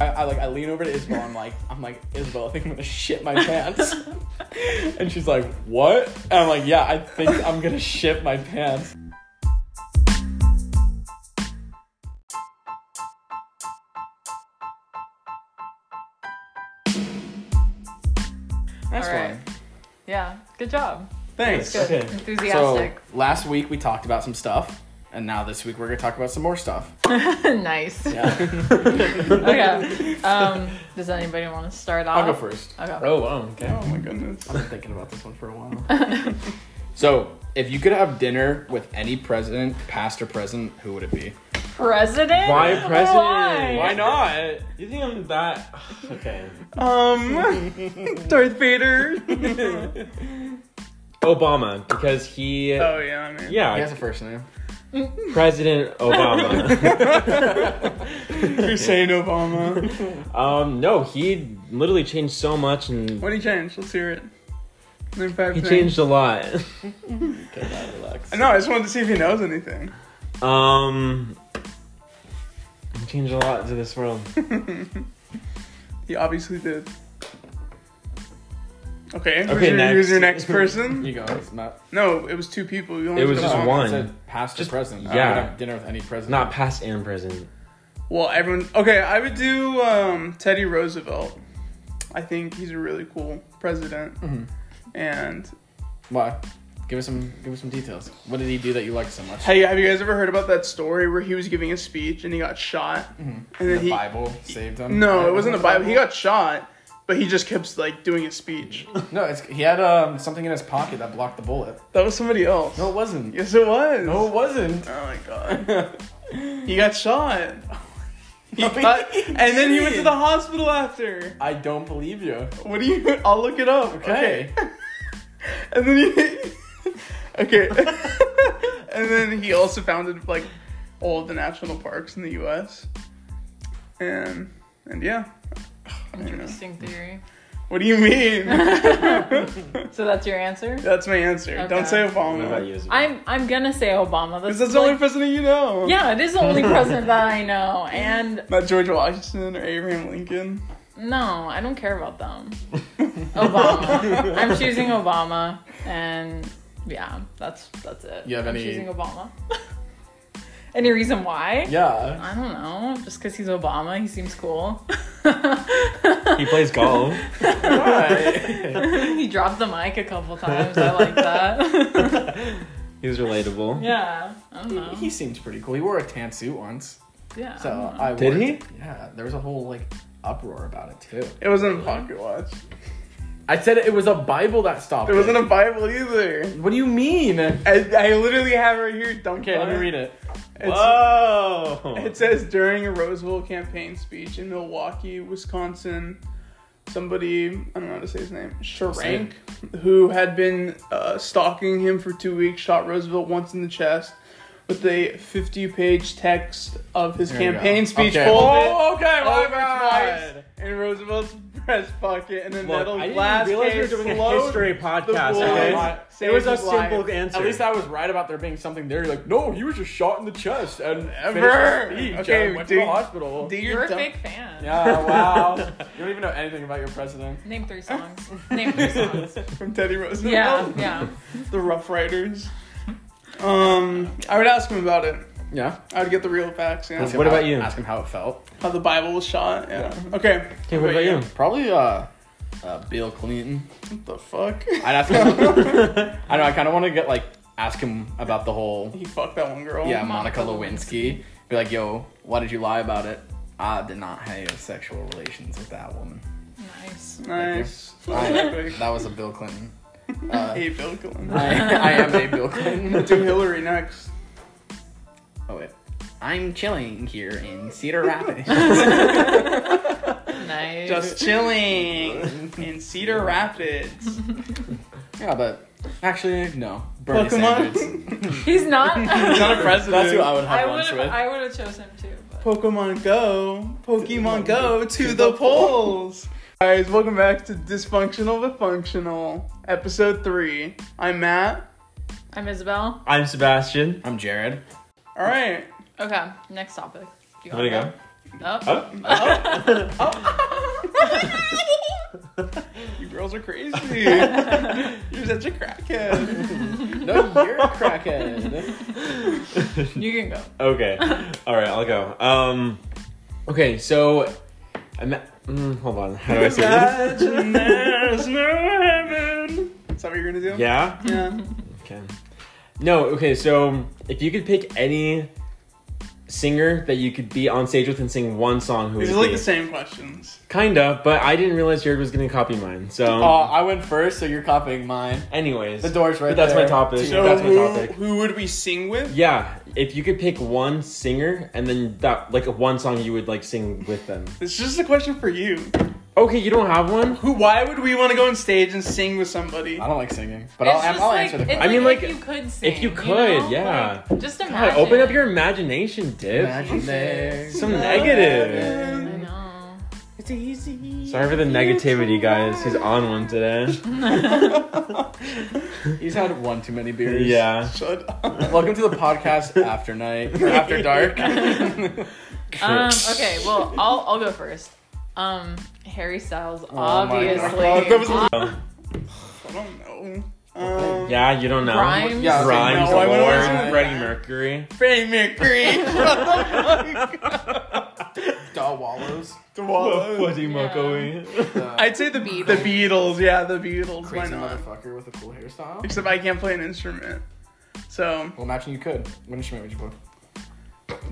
I, I like I lean over to Isabel. I'm like I'm like Isabel. I think I'm gonna shit my pants. and she's like, "What?" And I'm like, "Yeah, I think I'm gonna shit my pants." Nice All right. one. Yeah. Good job. Thanks. Good. Okay. So Enthusiastic. last week we talked about some stuff, and now this week we're gonna talk about some more stuff. nice. Yeah, Okay. Um, does anybody want to start off? I'll go first. Okay. Oh, wow. Okay. Oh my goodness. I've been thinking about this one for a while. so, if you could have dinner with any president, past or present, who would it be? President? Why president? Why? Why not? You think I'm that? Okay. Um, Darth Vader. Oh, Obama, because he. Oh yeah, I mean. yeah, He has a first name. President Obama. Hussein Obama. um, no, he literally changed so much, and What did he change? Let's hear it. Name five he things. changed a lot. Okay, now relax. I know. I just wanted to see if he knows anything. Um, he changed a lot to this world. He obviously did. Okay, Okay. who's, your, next. who's your next person? You go. It's not. no, it was two people. You only It was said just one. one. It said past Just- or present. I yeah. would have dinner with any president. Not past and present. Well, everyone. Okay, I would do um, Teddy Roosevelt. I think he's a really cool president. Mm-hmm. Mhm. And Why? Give us some. Give us some details. What did he do that you liked so much? hey, have you guys ever heard about that story where he was giving a speech and he got shot? Mm-hmm. Mhm. And the then he. Bible saved him. No, Yeah, it wasn't a the Bible. He got shot, but he just kept like doing his speech. No, it's, he had um something in his pocket that blocked the bullet. That was somebody else. No, it wasn't. Yes, it was. No, it wasn't. Oh my god. he got shot. He got, and then he went to the hospital after. I don't believe you. What do you? I'll look it up. Okay. And then he. okay. and then he also founded like all of the national parks in the U.S. And and yeah. I don't know. Interesting theory. What do you mean? So that's your answer? That's my answer. Okay. Don't say What about Obama. you? Isabel? I'm I'm gonna say Obama. Because That's, that's the only like- president you know. yeah, it is the only president that I know, and Not George Washington or Abraham Lincoln. no, I don't care about them. Obama. I'm choosing Obama, and yeah, that's that's it. You have I'm any- choosing Obama? any reason why? Yeah. I don't know. Just because he's Obama, he seems cool. he plays golf. he dropped the mic a couple times. I like that. He's relatable. yeah, I don't know. He, he seems pretty cool. He wore a tan suit once. yeah. So I don't Oh. know. I Did wore- he? Yeah. There was a whole like uproar about it too. It wasn't a pocket watch. I said it was a Bible that stopped. It wasn't a Bible either. What do you mean? Okay, I, I literally have it right here. Don't let me read it. It's, Whoa! it says during a Roseville campaign speech in Milwaukee, Wisconsin, somebody I don't know how to say his name, Sharank, who had been uh, stalking him for two weeks, shot Roosevelt once in the chest with a 50-page text of his There we campaign go. speech Okay. folded Oh, okay, Oh, over twice in Roosevelt's breast pocket, and then Look, that'll I didn't last realize we were doing a history podcast. boy. Okay? Why- It was a Saved his life. simple answer. At least I was right about there being something there. You're like, no, he was just shot in the chest and Ever. finished his speech Okay, and went to dude. the hospital. Do your You're a dumb- big fan. yeah, wow. you don't even know anything about your president. Name three songs. Name three songs. from Teddy Roosevelt. Yeah, yeah. the Rough Riders. Um, I would ask him about it. Yeah. I would get the real facts. Yeah, What about you? Ask him how it felt. how the Bible was shot. Yeah. Okay. Okay, what about you? Probably uh, uh Bill Clinton. What the fuck? I'd ask him. I know. I kind of want to get like ask him about the whole He fucked that one girl. yeah Monica Monica Lewinsky. Be like, yo, why did you lie about it? I did not have sexual relations with that woman. Nice. Nice. I, that was a Bill Clinton. Uh, Hey, Bill Clinton. I, I am a Bill Clinton. Do Hillary next. Oh wait, I'm chilling here in Cedar Rapids. Nice. Just chilling in Cedar Rapids. yeah, but actually no. Bernie Sanders. Pokemon. He's not. He's not a president. That's who I would have I would lunch have. with. I would have chose him too. But. Pokemon Go, Pokemon Go to the polls. Guys, welcome back to Dysfunctional but Functional, episode three. I'm Matt. I'm Isabel. I'm Sebastian. I'm Jared. All right, Okay. Next topic. Do There you wanna go. Oh. Oh, You girls are crazy. You're such a crackhead. No, you're a crackhead. You can go. okay. All right, I'll go. Um, okay, so. Ima- mm, hold on. How do I say this? Imagine there's no heaven. Is that what you're gonna do? Yeah? Yeah. Okay. No, okay, so if you could pick any singer that you could be on stage with and sing one song, who would These it are like be? the same questions. Kinda, but I didn't realize Jared was gonna copy mine. So, Oh, I went first, so you're copying mine. anyways, The door's right But that's there. my topic. So- So That's my who, topic. who would we sing with? yeah, if you could pick one singer and then that like one song you would like sing with them. It's just a question for you. Okay, you don't have one. Who? Why would we want to go on stage and sing with somebody? I don't like singing, but I'll, I'll answer the it's question. I mean, if like, you could sing, you could, know? yeah. Like, just imagine. God, open up your imagination, Dip. Imagine there's Some no negative. I heaven. know. It's easy. Sorry for the negativity, guys. He's on one today. He's had one too many beers. yeah. Shut up. Welcome to the podcast after night or after dark. Um, okay, well, I'll I'll go first. Um, Harry Styles, my God. obviously. That was a- Oh, I don't know. Um, yeah, you don't know. Rhymes. Yeah, Rhymes, No, I wouldn't Lord, listen to Freddie that. Mercury. Freddie Mercury. Oh Daw Wallows. The Wallows. Fuzzy Mokoe. The I'd say the Beatles. the Beatles. Yeah, the Beatles. Why crazy not? motherfucker with a cool hairstyle. Except I can't play an instrument. So Well, imagine you could. What instrument would you play?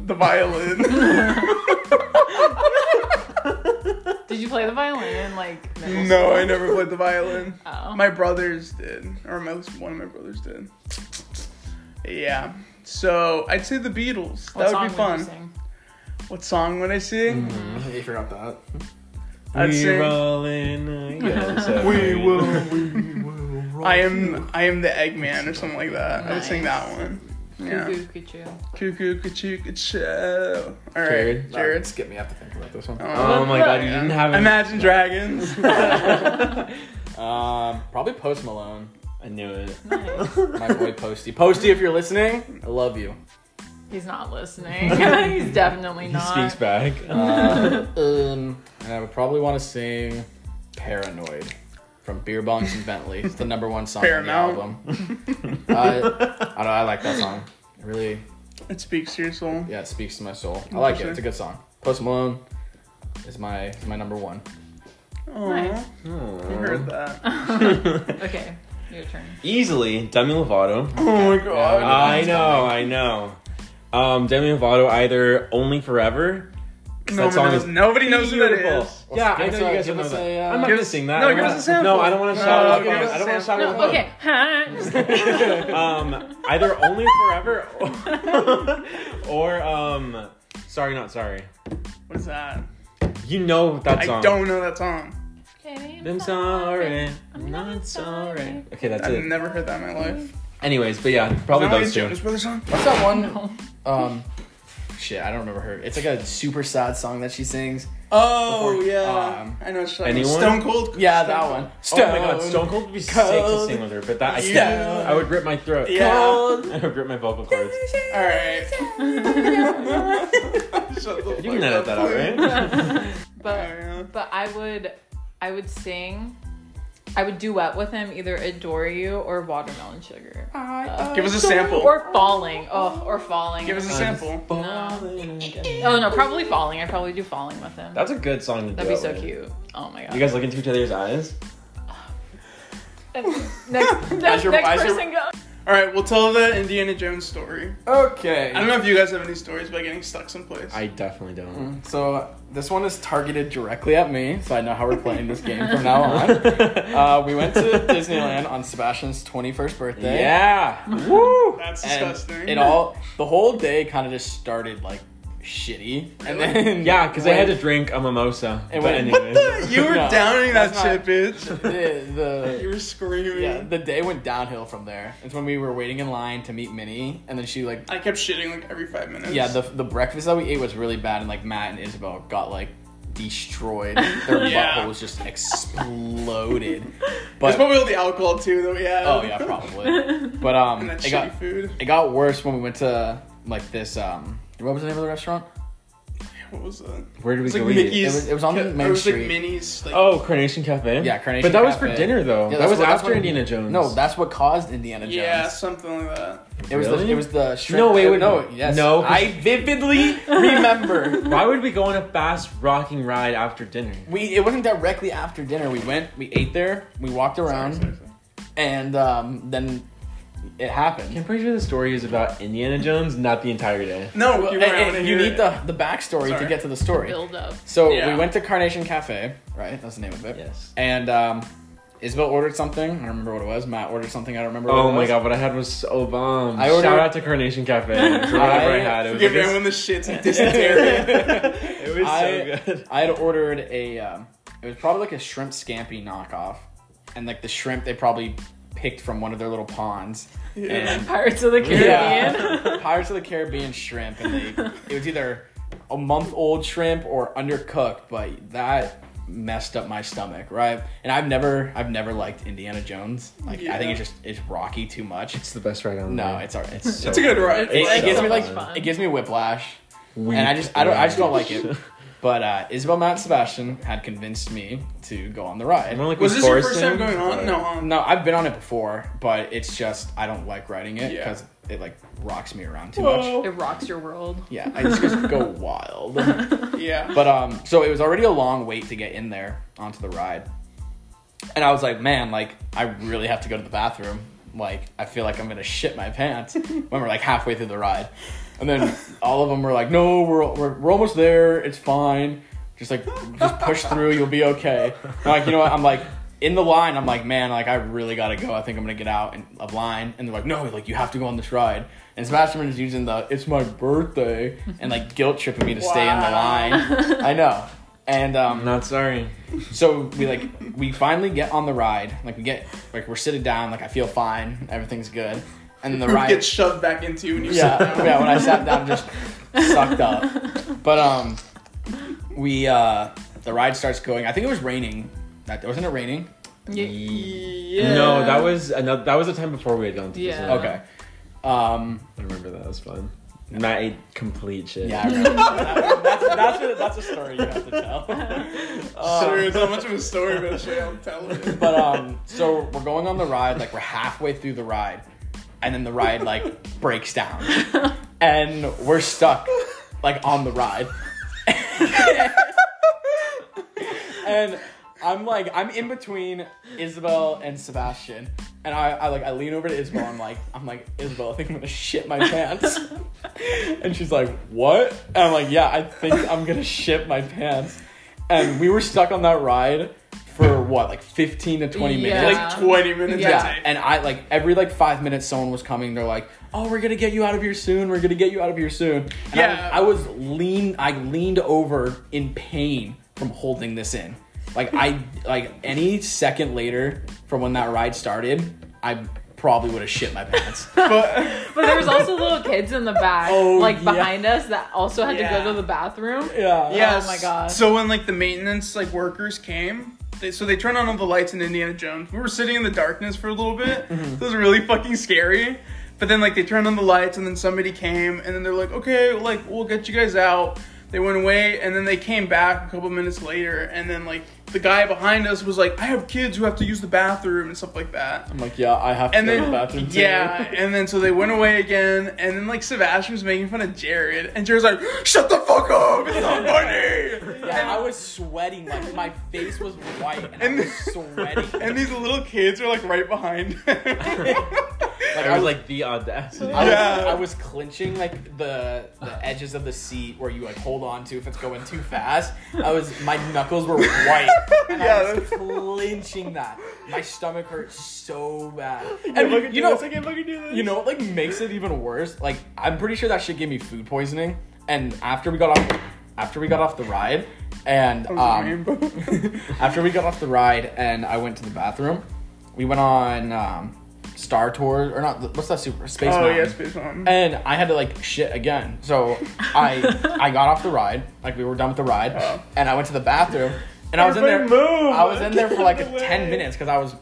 the violin. Did you play the violin in like middle no, I never played the violin. school? Oh. My brothers did, or my, one of my brothers did. Yeah. So I'd say the Beatles. What that song would be fun. you sing? what song would I sing? Mm. You forgot that. I'd we say- rolling. Yeah, so- We will, we will. Roll I am I am the Eggman or something like that. I would sing that Nice. one. Yeah. Cuckoo, cuckoo. Cuckoo, cuckoo, cuckoo. All right, Jared. Jared. Skip me. I have to think about this one. Oh my god, you didn't have it. Imagine Dragons. Um, probably Post Malone. I knew it. Nice. My boy Posty. Posty, if you're listening, I love you. He's not listening. He's definitely He not. speaks back. Uh, um, and I would probably want to sing "Paranoid" from Beer Bongs and Bentley. It's the number one song Paramount. on the album. uh, I don't know. I like that song. It really, it speaks to your soul. yeah, it speaks to my soul. I like it. Interesting. It's a good song. Post Malone is my is my number one. Aw, I heard that. Okay, your turn. Easily, Demi Lovato. Oh my god. Yeah, I know, I know. Um, Demi Lovato either Only Forever. no that one song knows. is Nobody knows who that beautiful. is. Yeah, Give us I know a- you guys give don't know us that. a, uh, I'm not Give- gonna sing that. no, I'm give not- us a sample. No, I don't want No, to shout out. give us a I don't want to shout sample. out. No, okay. um, either only forever or um, sorry, not sorry. What is that? You know that song. I don't know that song. I'm sorry. I'm not sorry. Okay, that's I've it. never heard that in my life. Anyways, but yeah, probably Is that those a two. Jonas Brothers song? What's that one? No. Um, shit, I don't remember her. It's like a super sad song that she sings. Oh Before- yeah, um, I know. It's like anyone? Stone Cold. Yeah, Stone that Cold. one. Oh my god, Stone Cold would be sick to Cold. sing with her, but that I Yeah. can't. I would rip my throat. Yeah. I would rip my vocal cords. All right. Shut the You can fuck edit up, that out, please. right? But but I would I would sing I would duet with him either Adore You or Watermelon Sugar. Yeah. Give us a sample. Or Falling. Oh, or Falling. Give us a sample. Oh no, probably Falling. I probably do Falling with him. That's a good song to do. That'd be so with. cute. Oh my god. You guys look into each other's eyes. next next, your- next as your- person go. All right, we'll tell the Indiana Jones story. Okay. I don't know if you guys have any stories about getting stuck someplace. I definitely Mm. don't. So this one is targeted directly at me, so I know how we're playing this game from now on. Uh, we went to Disneyland on Sebastian's 21st birthday. yeah. Woo. That's and disgusting. it all the whole day kind of just started like shitty, and then Yeah, because I had to when drink a mimosa. It But went- anyways. you were No, downing that that's shit, not- bitch. the, You were screaming. the yeah the day went downhill from there. It's when we were waiting in line to meet Minnie, and then she like I kept shitting like every five minutes. yeah the the breakfast that we ate was really bad, and like Matt and Isabel got like destroyed. Their Yeah. buttholes just exploded. It's But probably all the alcohol too that we had. Oh yeah, probably. But um, and that it shitty got food. it got worse when we went to like this um, what was the name of the restaurant? What was that? Where did we It's go like eat? Mickey's. It was- it was on ca- Main it was like Street. Minnie's. Like, Oh, Carnation Cafe. Yeah, Carnation But that was for Cafe. dinner though. Yeah, that that's was what- that's after what- Indiana Jones. No, that's what caused Indiana Jones. yeah, something like that. It was Really? the, it was the shrimp. No, wait, wait, no, no. yes. No. I vividly remember. Why would we go on a fast rocking ride after dinner? we it wasn't directly after dinner. We went, we ate there, we walked around, and um, then it I'm happened. pretty sure the story is about Indiana Jones, not the entire day. No, Well, you, you weren't, I wanna you hear need it. the the backstory Sorry. to get to the story. Build up. So Yeah. we went to Carnation Cafe, right? That's the name of it. Yes. And um, Isabel ordered something. I don't remember what it was. Matt ordered something. I don't remember. what Oh it my was. god, what I had was so bomb. I ordered- Shout out to Carnation Cafe. It was whatever I, I- had. It was, Give like a- everyone the shits and dysentery. it was I- so good. I had ordered a. Um, it was probably like a shrimp scampi knockoff, and like the shrimp they probably picked from one of their little ponds. Yeah. Pirates of the Caribbean. Yeah. Pirates of the Caribbean shrimp, and they, it was either a month old shrimp or undercooked, but that messed up my stomach, right? And I've never, I've never liked Indiana Jones. Like I think Yeah. it's just it's rocky too much. It's the best ride on No, it's all right. It's so it's a good ride. It's It, like it gives so me much like fun. it gives me whiplash, and I just I don't I just don't like it. But uh, Isabel, Matt, and Sebastian had convinced me to go on the ride. More like was we this your forced first time him. going on? No, um, on. No, I've been on it before, but it's just I don't like riding it Yeah. because it like rocks me around too much. Whoa. It rocks your world. Yeah, I just, just go wild. Yeah. But um, so it was already a long wait to get in there onto the ride, and I was like, man, like I really have to go to the bathroom. Like I feel like I'm gonna shit my pants when we're like halfway through the ride, and then all of them were like, no, we're we're, we're almost there. It's fine. Just like just push through. You'll be okay. And, like you know what? I'm like. In the line, I'm like, man, like I really gotta go. I think I'm gonna get out in, of line. And they're like, no, like you have to go on this ride. And Sebastian is using the "it's my birthday" and like guilt tripping me to stay in the Wow. line. I know. And I'm um, not sorry. so we like we finally get on the ride. Like we get like we're sitting down. Like I feel fine. Everything's good. And the Poop ride. gets shoved back into you when you Yeah, sit down. yeah. When I sat down, just sucked up. But um, we uh, the ride starts going. I think it was raining. That wasn't it raining. Ye- Yeah. No, that was another. That was the time before we had gone to Yeah. Disneyland. Okay. Um, I remember that. That was fun. Matt ate complete shit. yeah. I remember that. That's that's a, that's a story you have to tell. Sorry, it's not much of a story, but shit, I'll tell it. But um, so we're going on the ride, like we're halfway through the ride, and then the ride like breaks down, and we're stuck, like on the ride. and I'm like, I'm in between Isabel and Sebastian, and I, I like, I lean over to Isabel. I'm like, I'm like, Isabel, I think I'm gonna shit my pants. and she's like, what? And I'm like, yeah, I think I'm gonna shit my pants. And we were stuck on that ride for what, like 15 to 20 minutes. Yeah. Like 20 minutes. Yeah, I'd say. and I like every like five minutes someone was coming. They're like, "Oh, we're gonna get you out of here soon. We're gonna get you out of here soon." And I was- I was, Yeah. lean. I leaned over in pain from holding this in. Like I like any second later from when that ride started, I probably would have shit my pants. But there was also little kids in the back, Oh, like yeah. behind us, that also had to Yeah. go to the bathroom. yeah, Yeah. Oh my god. So when like the maintenance like workers came, they, so they turned on all the lights in Indiana Jones. We were sitting in the darkness for a little bit. Mm-hmm. It was really fucking scary. But then like they turned on the lights and then somebody came and then they're like, okay, like we'll get you guys out. They went away and then they came back a couple minutes later and then like the guy behind us was like, I have kids who have to use the bathroom and stuff like that. I'm like, yeah, I have to And go then, to the bathroom. too. yeah, and then so they went away again, and then like Sebastian was making fun of Jared, and Jared's like, "Shut the fuck up, it's not funny." Yeah, I was sweating. Like my face was white, and, I was sweating. And these little kids are like right behind. Like, I was like the audacity. I, was, Yeah. I was clinching like the the edges of the seat where you like hold on to if it's going too fast. I was my knuckles were white. And I was Yeah. clinching that. My stomach hurt so bad. I can't And fucking you do know, this, I can't fucking do this. you know, what, like makes it even worse. Like I'm pretty sure that shit gave me food poisoning. And after we got off, after we got off the ride, and um, after we got off the ride and I went to the bathroom, we went on um, Star Tour or not? What's that super Space oh Mountain? yes, Space Mountain. and I had to like shit again. So I I got off the ride, like we were done with the ride, Oh. and I went to the bathroom, and I was in there. Everybody move! I was in there for like Get out of the ten way. minutes because I was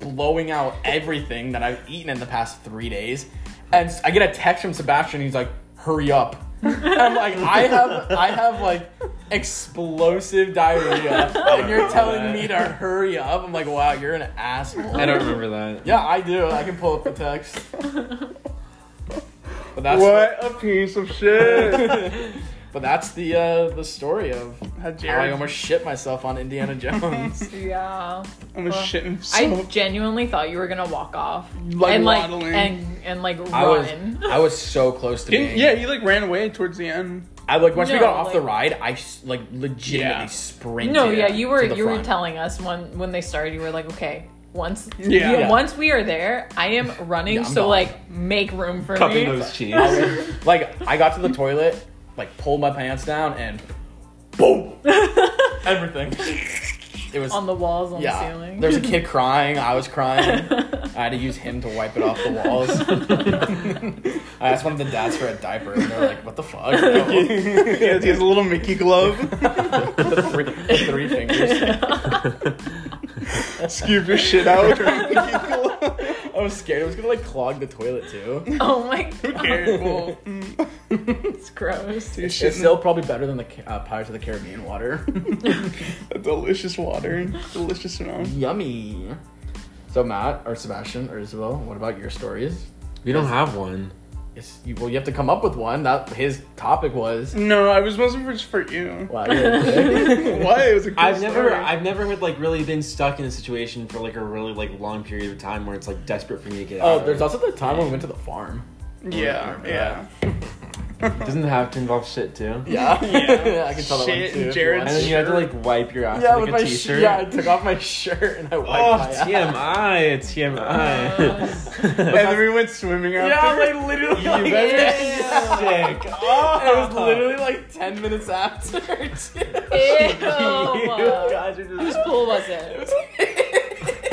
blowing out everything that I've eaten in the past three days, and I get a text from Sebastian. He's like, "Hurry up." And I'm like, I have, I have like explosive diarrhea, Oh and you're telling me to hurry up. I'm like, wow, you're an asshole. I don't remember that. Yeah, I do. I can pull up the text. But that's what a piece of shit. But that's the uh, the story of Had how I Jared, almost shit myself on Indiana Jones. Yeah. almost Well, shit I himself. genuinely thought you were gonna walk off Like and like waddling. and and like I was run. I was so close to Didn't- being. yeah, he like ran away towards the end. I like once we No, got off the like- ride, I s- like legitimately Yeah. sprinted. no, yeah, you were to the you were front. telling us when when they started, you were like, okay, once Yeah. you- Yeah. once we are there, I am running, Yeah, I'm so gone. like make room for me. Cupping those cheese. Like I got to the toilet, like pulled my pants down, and boom, everything. It was on the walls, on the yeah. ceiling. There was a kid crying. I was crying. I had to use him to wipe it off the walls. I asked one of the dads for a diaper, and they're like, "What the fuck?" No. yeah, he has a little Mickey glove. the three, the three fingers. Scoop your shit out with your Mickey glove. I was scared. It was gonna like clog the toilet too. oh my god, Terrible. Mm. it's gross. Dude, shit It's in still probably better than the Ca- uh, Pirates of the Caribbean water. the delicious water, delicious amount. Yummy. So Matt or Sebastian or Isabel, what about your stories? we don't have one. Yes, you, well, you have to come up with one. That his topic was. No, I was mostly for, for you. Wow, you're a dick. Why? It was a cool I've never, story. I've never had like really been stuck in a situation for like a really like long period of time where it's like desperate for me to get out. oh, of there's it. also the time when we went to the farm. yeah, yeah. doesn't it have to involve shit too. Yeah, Yeah. I can tell that one Shit, too. if you Jared's want. And then you have to like wipe your ass yeah, with with like my a sh- t-shirt. yeah, I took off my shirt and I wiped Oh, my ass. TMI, Gross. TMI. And then we went swimming after. Yeah, like literally. you like, better be sick. Oh, It was literally like ten minutes after. too. You Ew. guys Oh are just- Whose pool was it?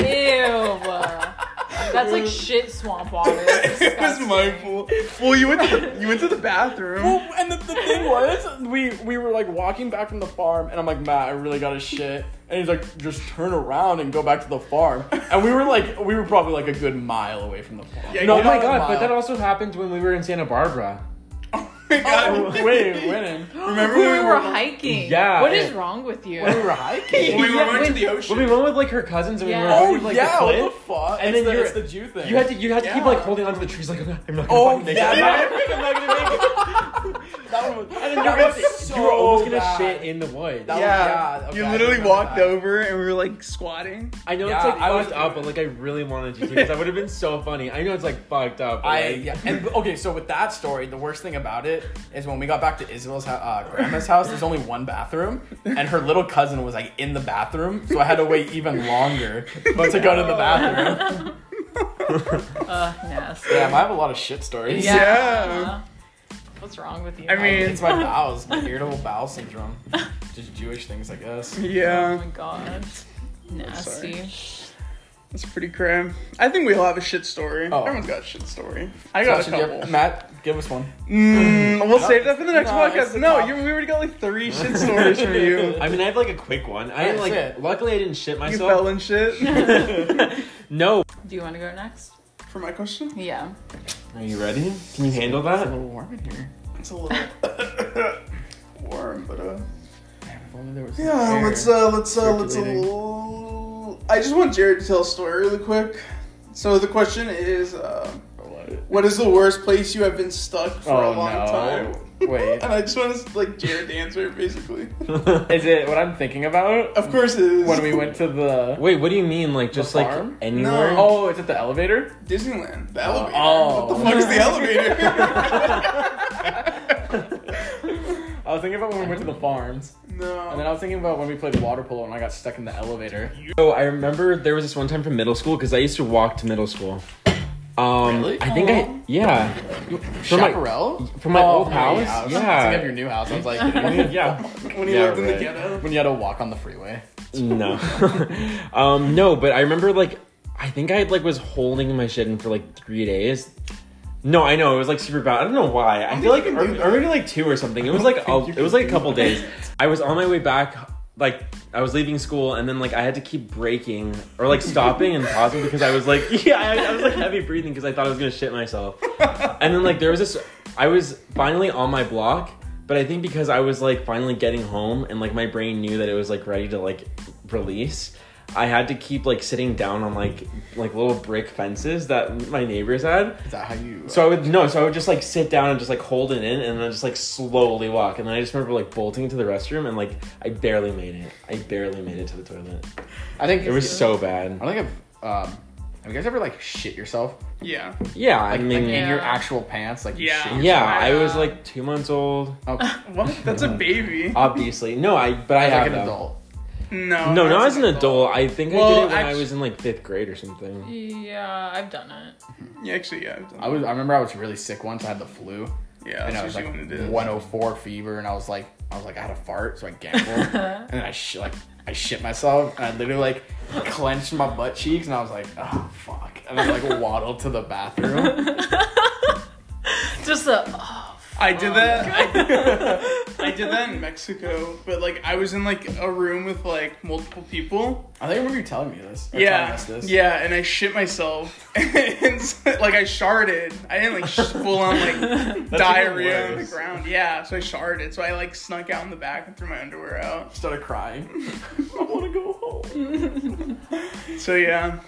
Ew. That's like shit swamp water. It's it was disgusting. my pool. Well, you went to the, you went to the bathroom. Well, and the, the thing was, we we were like walking back from the farm, and I'm like, Matt, I really got to shit. And he's like, just turn around and go back to the farm. And we were like, we were probably like a good mile away from the farm. Yeah, No, you oh my know, god, mile. but that also happened when we were in Santa Barbara. Oh my God. oh, Wait, when? Remember we when were hiking. Yeah. What is wrong with you? When we were hiking. when we were Yeah, going to when- the When we ocean? went with like her cousins and Yeah. we were oh going, like, yeah, the what cliff, the fuck? And And it's then then the, you're- it's the Jew thing. you had to you had to keep Yeah. like holding onto the trees like I'm not, I'm not gonna Oh fucking make it. yeah, I'm not gonna make it. that one was. And then that you were, was you were almost gonna bad. shit in the woods. That was- yeah, yeah, oh okay, you I literally remember walked that. over and we were like squatting. I know Yeah, it's like I was- fucked up, but like I really wanted you to because that would have been so funny. I know it's like fucked up. but, I like, yeah. And okay, so with that story, the worst thing about it is when we got back to Isabel's hou- uh, grandma's house. There's only one bathroom, and her little cousin was like in the bathroom, so I had to wait even longer to go to the bathroom. Ugh, nasty. Damn, I have a lot of shit stories. Yeah. Yeah. What's wrong with you? I mean- it's my bowels, my irritable bowel syndrome, just Jewish things, I guess. oh Yeah, my god, nasty. that's pretty cram. I think we all have a shit story. Oh. Everyone's got a shit story. I got a Sasha, do you have- couple. Matt, give us one. Mm, we'll save that for the next No, it's podcast. the No, top. you, we already got like three shit stories from you. I mean, I have like a quick one. I didn't That's like. it. Luckily, I didn't shit You myself. fell and shit. No. Do you want to go next? For my question, Yeah. Are you ready? Can you handle that? little warm in here. it's a little warm, but uh. Damn, if only there was some Yeah, air. let's uh, let's uh, let's. circulating. Uh, I just want Jared to tell a story really quick. So the question is, uh, what is the worst place you have been stuck for Oh, a long no. time? Wait. and I just want to like Jared to answer it, basically. Is it what I'm thinking about Of course, it is when we went to the? Wait, what do you mean? Like just like farm? anywhere? No. Oh, it's at the elevator. Disneyland. The elevator. oh. What the fuck is the elevator? I was thinking about when we went to the farms, no. and then I was thinking about when we played water polo and I got stuck in the elevator. So I remember there was this one time from middle school because I used to walk to middle school. Um, Really? I think I yeah. From my- Chaparral? from my Oh, old house? Yeah. I was Yeah. thinking of your new house. I was like, you mean- yeah. when he Yeah, lived in the right. ghetto. when you had to walk on the freeway. No. um, no, but I remember like I think I like was holding my shit in for like three days. No, I know it was like super bad. I don't know why. I feel like think you or, can do or maybe like two or something. It was like a, it was like a couple days. I was on my way back. Like I was leaving school, and then like I had to keep braking or like stopping and pausing because I was like yeah I, I was like heavy breathing because I thought I was gonna shit myself. And then like there was this I was finally on my block, but I think because I was like finally getting home and like my brain knew that it was like ready to like release, I had to keep like sitting down on like like little brick fences that my neighbors had. Is that how you? So I would no, so I would just like sit down and just like hold it in and then just like slowly walk. And then I just remember like bolting to the restroom and like I barely made it. I barely made it to the toilet. I think It was so bad. I think I've. Um, have you guys ever like shit yourself? Yeah. Yeah, I Like, like, mean, in yeah. your actual pants, like you Yeah. shit yourself? I was like two months old, Oh, What? That's a baby. obviously. No, I but I as have like an though. adult. No. No, not as that's an adult. I think I Well, did it when I actu- was in like fifth grade or something. Yeah, I've done it. Yeah, actually, yeah. I've done I was. I remember I was really sick once. I had the flu. that. Yeah, and I was that's usually like when it is. 104 fever, and I was like, I was like, I had a fart, so I gambled, and then I sh- like, I shit myself, and I literally like clenched my butt cheeks, and I was like, oh fuck, and then like waddled to the bathroom. Just the oh, I did that. I did that in Mexico, but like I was in like a room with like multiple people. I think I remember you telling me this. or telling yeah, us this. yeah, and I shit myself. and so- like I sharded. I didn't like sh- full on like diarrhea on the worse. ground. Yeah, so I sharded. So I like snuck out in the back and threw my underwear out. Started crying. I want to go home. So yeah.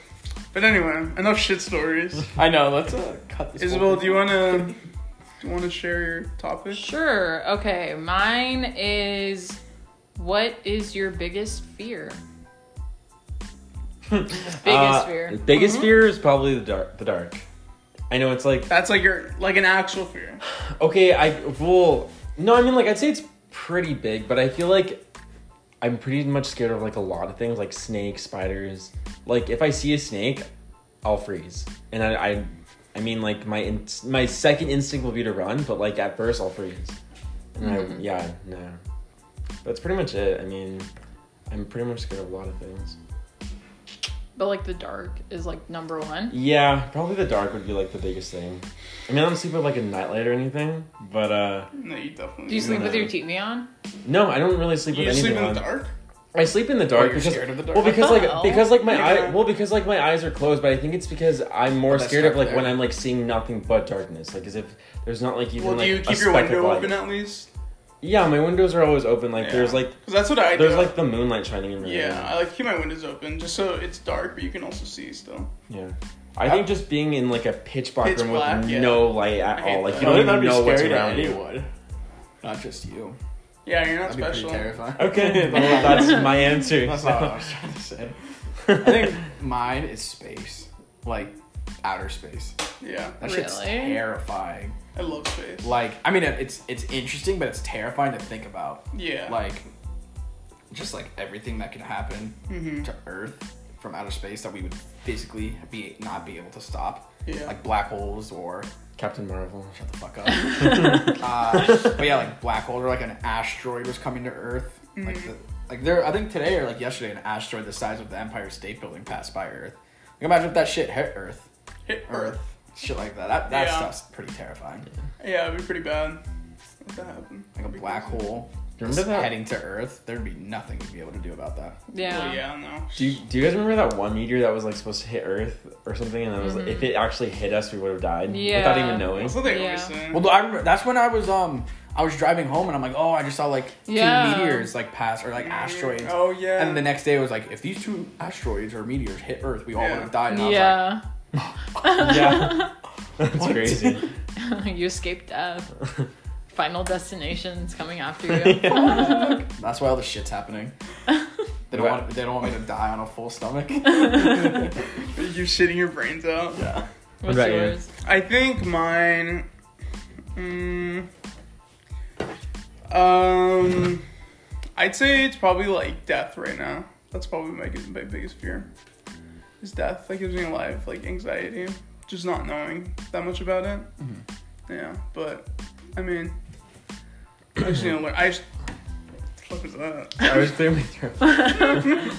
But anyway, enough shit stories. I know. Let's uh, cut this. Isabel, do you wanna do you wanna share your topic? sure. Okay, mine is what is your biggest fear? biggest Uh, fear. Biggest fear is probably the dark. The dark. I know it's like That's like your like an actual fear. okay. I well, no, I mean like I'd say it's pretty big, but I feel like I'm pretty much scared of like a lot of things, like snakes, spiders. Like if I see a snake, I'll freeze, and I, I, I mean like my in, my second instinct will be to run, but like at first I'll freeze, and Mm-hmm. I yeah no, that's pretty much it. I mean, I'm pretty much scared of a lot of things. But like the dark is like number one. Yeah, probably the dark would be like the biggest thing. I mean, I don't sleep with like a nightlight or anything, but uh, No, you definitely Do you sleep with No. your TV on? no, I don't really sleep You with sleep anything in the on. dark? I sleep in the dark Oh, you're because scared of the dark? well, because like Oh. because like my Yeah. eye well because like my eyes are closed, but I think it's because I'm more But Oh, that's scared of dark like there. when I'm like seeing nothing but darkness, like as if there's not like even Well, do like you a keep your speck of window light. open at least? Yeah, my windows are always open. Like there's Yeah. like 'Cause that's what I there's do. like the moonlight shining in. my Yeah, room. I like to keep my windows open just so it's dark, but you can also see still. Yeah. I think just being in like a pitch black Pitch room black, with yeah. no light at I hate all, like that. you I don't think that'd even be know what's scary to around you. anyone. Not just you. Yeah, you're not That'd be pretty special. terrifying. Okay, well, that's my answer. That's so. not what I was trying to say. I think mine is space, like outer space. Yeah, That shit's Really? terrifying. I love space. Like, I mean, it's it's interesting, but it's terrifying to think about. Yeah, Like, just like everything that can happen Mm-hmm. to Earth from outer space that we would physically be not be able to stop. Yeah. Like black holes or Captain Marvel. shut the fuck up. uh, but yeah, like black hole or like an asteroid was coming to Earth. Like Mm-hmm. the, like there, I think today or like yesterday, an asteroid the size of the Empire State Building passed by Earth. Like imagine if that shit hit Earth, hit Earth. Earth, shit like that. That that Yeah. stuff's pretty terrifying. Yeah, it'd be pretty bad if that happened. Like a black hole Remember just that- heading to Earth. There'd be nothing to be able to do about that. Yeah. Well, yeah, no. Do you, do you guys remember that one meteor that was like supposed to hit Earth or something? And it was like, if it actually hit us, we would have died without Mm-hmm. Yeah. even knowing. That's what they Yeah. always say. Well, I remember, that's when I was um I was driving home and I'm like, oh, I just saw like two Yeah. meteors like pass or like asteroids. Oh yeah. And the next day it was like, if these two asteroids or meteors hit Earth, we all Yeah. would have died. And I was like, Yeah. yeah, that's What? crazy. you escaped death. Final destination's coming after you. That's why all the shit's happening. They don't Right. want they don't want me to die on a full stomach. You're shitting your brains out. yeah. What's about you? yours? I think mine. Mm, um, I'd say it's probably like death right now. That's probably my, my biggest fear. Is death. Like gives me a lot of like anxiety, just not knowing that much about it. Yeah, but I mean, I just need to learn. I just. What the fuck was that? I was clearing my throat.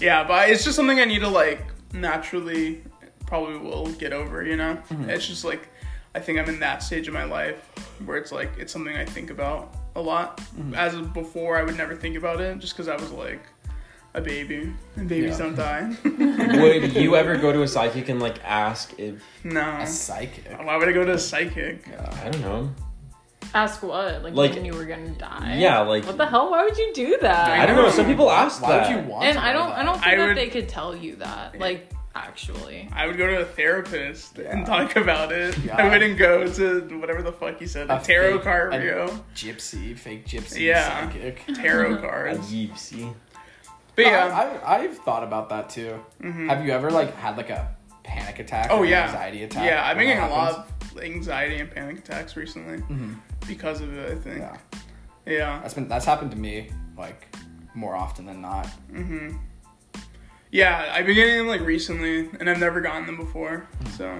Yeah, but it's just something I need to like naturally probably will get over, you know? Mm-hmm. It's just like I think I'm in that stage of my life where it's like it's something Mm-hmm. I think about a lot. As of before I would never think about it just cuz I was like a a baby. And babies Yeah. don't die. Would you ever go to a psychic and like ask if no. A psychic. Why would I go to a psychic? Yeah. I don't know? Ask what? uh, Like, Like- when you were gonna die? Yeah, like What the hell? Why would you do that? I don't know. Some people ask Why that. would you want? And to I know don't. that? I don't think I that would- they could tell you that. Like, actually. I would go to a therapist Yeah. and talk about it. Yeah. I wouldn't go to whatever the fuck you said. A, A tarot fake- card, a- yo. Gypsy, fake gypsy, Yeah. psychic. Tarot A cards. gypsy. But No, yeah. Mm-hmm. I, I, I've thought about that too. Have you ever like had like a panic attack? Oh or an yeah, anxiety attack. Yeah, I've been when that getting a lot happens? Mm-hmm. of anxiety and panic attacks recently because of it. I think. Yeah, Yeah. yeah, that's been that's happened to me like more often than not. I've been getting them like recently, and I've never gotten them before. Mm-hmm. So,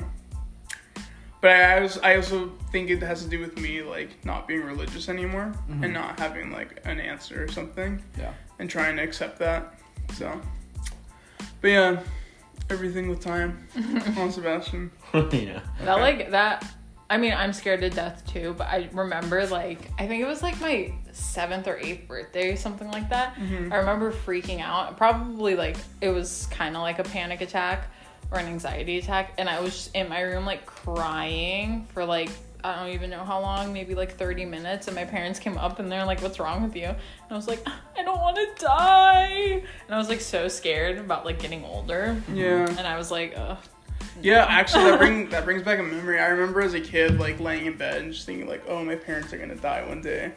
but I, I was, I also think it has to do with me like not being religious anymore Mm-hmm. and not having like an answer or something, Yeah, and trying to accept that. So, but yeah, everything with time. on Sebastian. yeah. That Okay. like that. I mean, I'm scared to death too, but I remember like I think it was like my seventh or eighth birthday, something like that. Mm-hmm. I remember freaking out. Probably like it was kind of like a panic attack or an anxiety attack, and I was just in my room like crying for like I don't even know how long, maybe like 30 minutes, and my parents came up and they're like, "What's wrong with you?" And I was like, "I don't want to die," and I was like so scared about like getting older, Yeah. and I was like, "Ugh." Yeah, actually, that bring that brings back a memory. I remember as a kid, like laying in bed and just thinking, like, "Oh, my parents are gonna die one day,"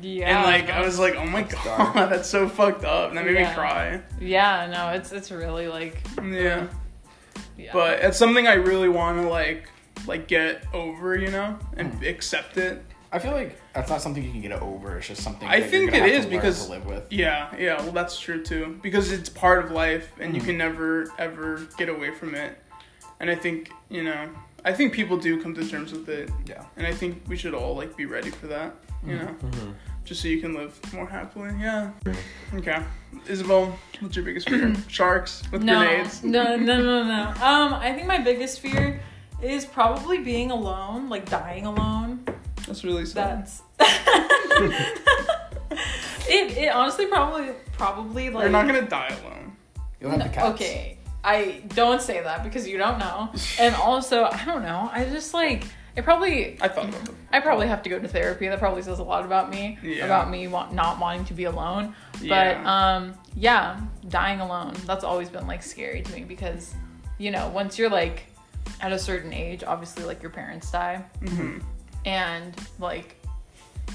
Yeah, and like I no. was like, "Oh my god, dark. that's so fucked up." And that made me Yeah. cry. Yeah, no, it's it's really like Yeah, yeah. but it's something I really want to like, like get over, you know, and accept it. I feel like that's not something you can get over. It's just something. I that think you're gonna it have is to learn because- to live with. Yeah, yeah. Well, that's true too, because it's part of life, and you can never ever get away from it. And I think you know, I think people do come to terms with it, Yeah, and I think we should all like be ready for that, you know, just so you can live more happily. Yeah. Okay, Isabel, what's your biggest fear? Sharks with no, grenades. no, no, no, no. Um, I think my biggest fear is probably being alone, like dying alone. That's really sad. That's it. It honestly probably probably like You're not gonna die alone. you'll have the cats. Okay. I don't say that because you don't know. And also, I don't know. I just like it probably I thought about that. I probably have to go to therapy. That probably says a lot about me, Yeah. about me want, not wanting to be alone. Yeah. But um, yeah, dying alone. That's always been like scary to me because, you know, once you're like at a certain age, obviously like your parents die, Mm-hmm. and like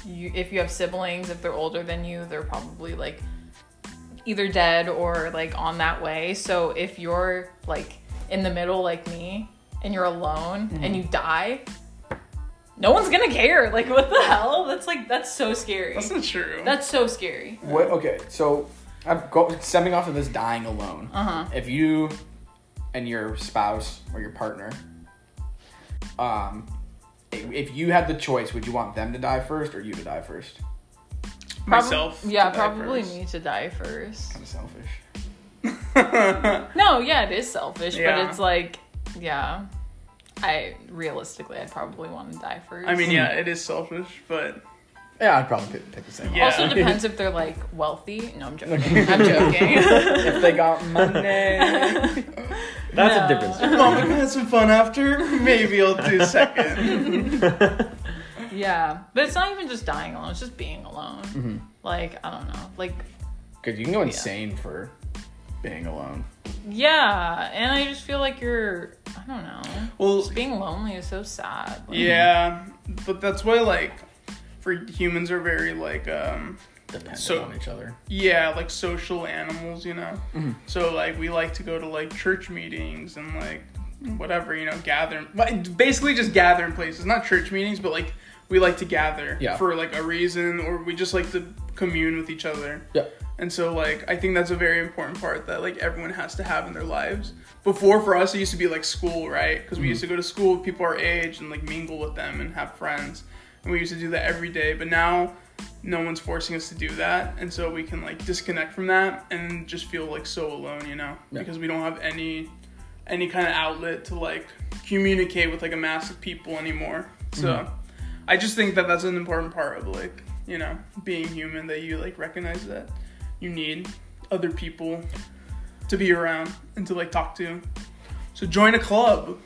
you, if you have siblings, if they're older than you, they're probably like either dead or like on that way. So if you're like in the middle like me and you're alone Mm-hmm. and you die, no one's gonna care. Like what the hell? That's like that's so scary. That's That's, not true. so scary. What? Okay, so I'm go, stemming off of this dying alone. Uh-huh. If you and your spouse or your partner, um, i- if you had the choice, would you want them to die first or you to die first? Prob- Myself. yeah, to die probably first. me to die first. I'm selfish. No, yeah, it is selfish, Yeah. but it's like, yeah. I realistically, I'd probably want to die first. I mean, yeah, it is selfish, but Yeah, I'd probably pick, pick the same. Yeah. also depends if they're like wealthy. No, I'm joking. I'm joking. one. if they got money. That's No. a different story. mom, we can have some fun after. Maybe I'll do second. Yeah, but it's not even just dying alone. It's just being alone. Mm-hmm. Like I don't know. Like Because you can go insane for being alone. yeah, and I just feel like you're. I don't know. Well, Just being lonely is so sad. Like, yeah, but that's why like, for humans are very like um. Dependent So- on each other. yeah like social animals you know so like we like to go to like church meetings and like whatever you know gather but basically just gather in places not church meetings but like we like to gather Yeah. for like a reason or we just like to commune with each other Yeah. and so like I think that's a very important part that like everyone has to have in their lives. Before for us it used to be like school, right? Because we used to go to school with people our age and like mingle with them and have friends. And we used to do that every day, but now no one's forcing us to do that. And so we can like disconnect from that and just feel like so alone, you know? Yeah. Because we don't have any any kind of outlet to like communicate with like a mass of people anymore. So I just think that that's an important part of like, you know, being human that you like recognize that you need other people to be around and to like talk to. So join a club,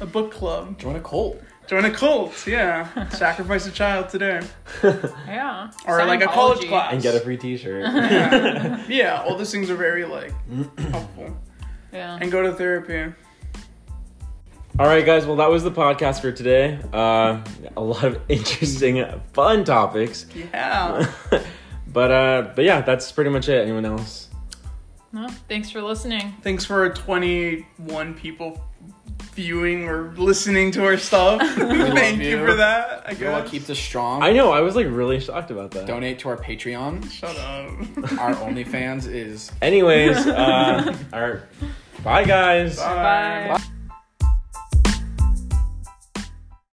a book club. Join a cult. Join a cult. Yeah, sacrifice a child today, Yeah. or like a college Scientology. class. and get a free T-shirt. yeah. yeah, all those things are very like helpful. Yeah. And go to therapy. All right, guys. Well, that was the podcast for today. Uh, a lot of interesting, fun topics. Yeah. but uh, but yeah, that's pretty much it. Anyone else? No, thanks for listening. Thanks for 21 people viewing or listening to our stuff. Thank you. you. for that. I If you want guess. to keep this strong, I know. I was like really shocked about that. donate to our Patreon. Shut up. Our OnlyFans is Anyways, uh, all right. Bye, guys. Bye.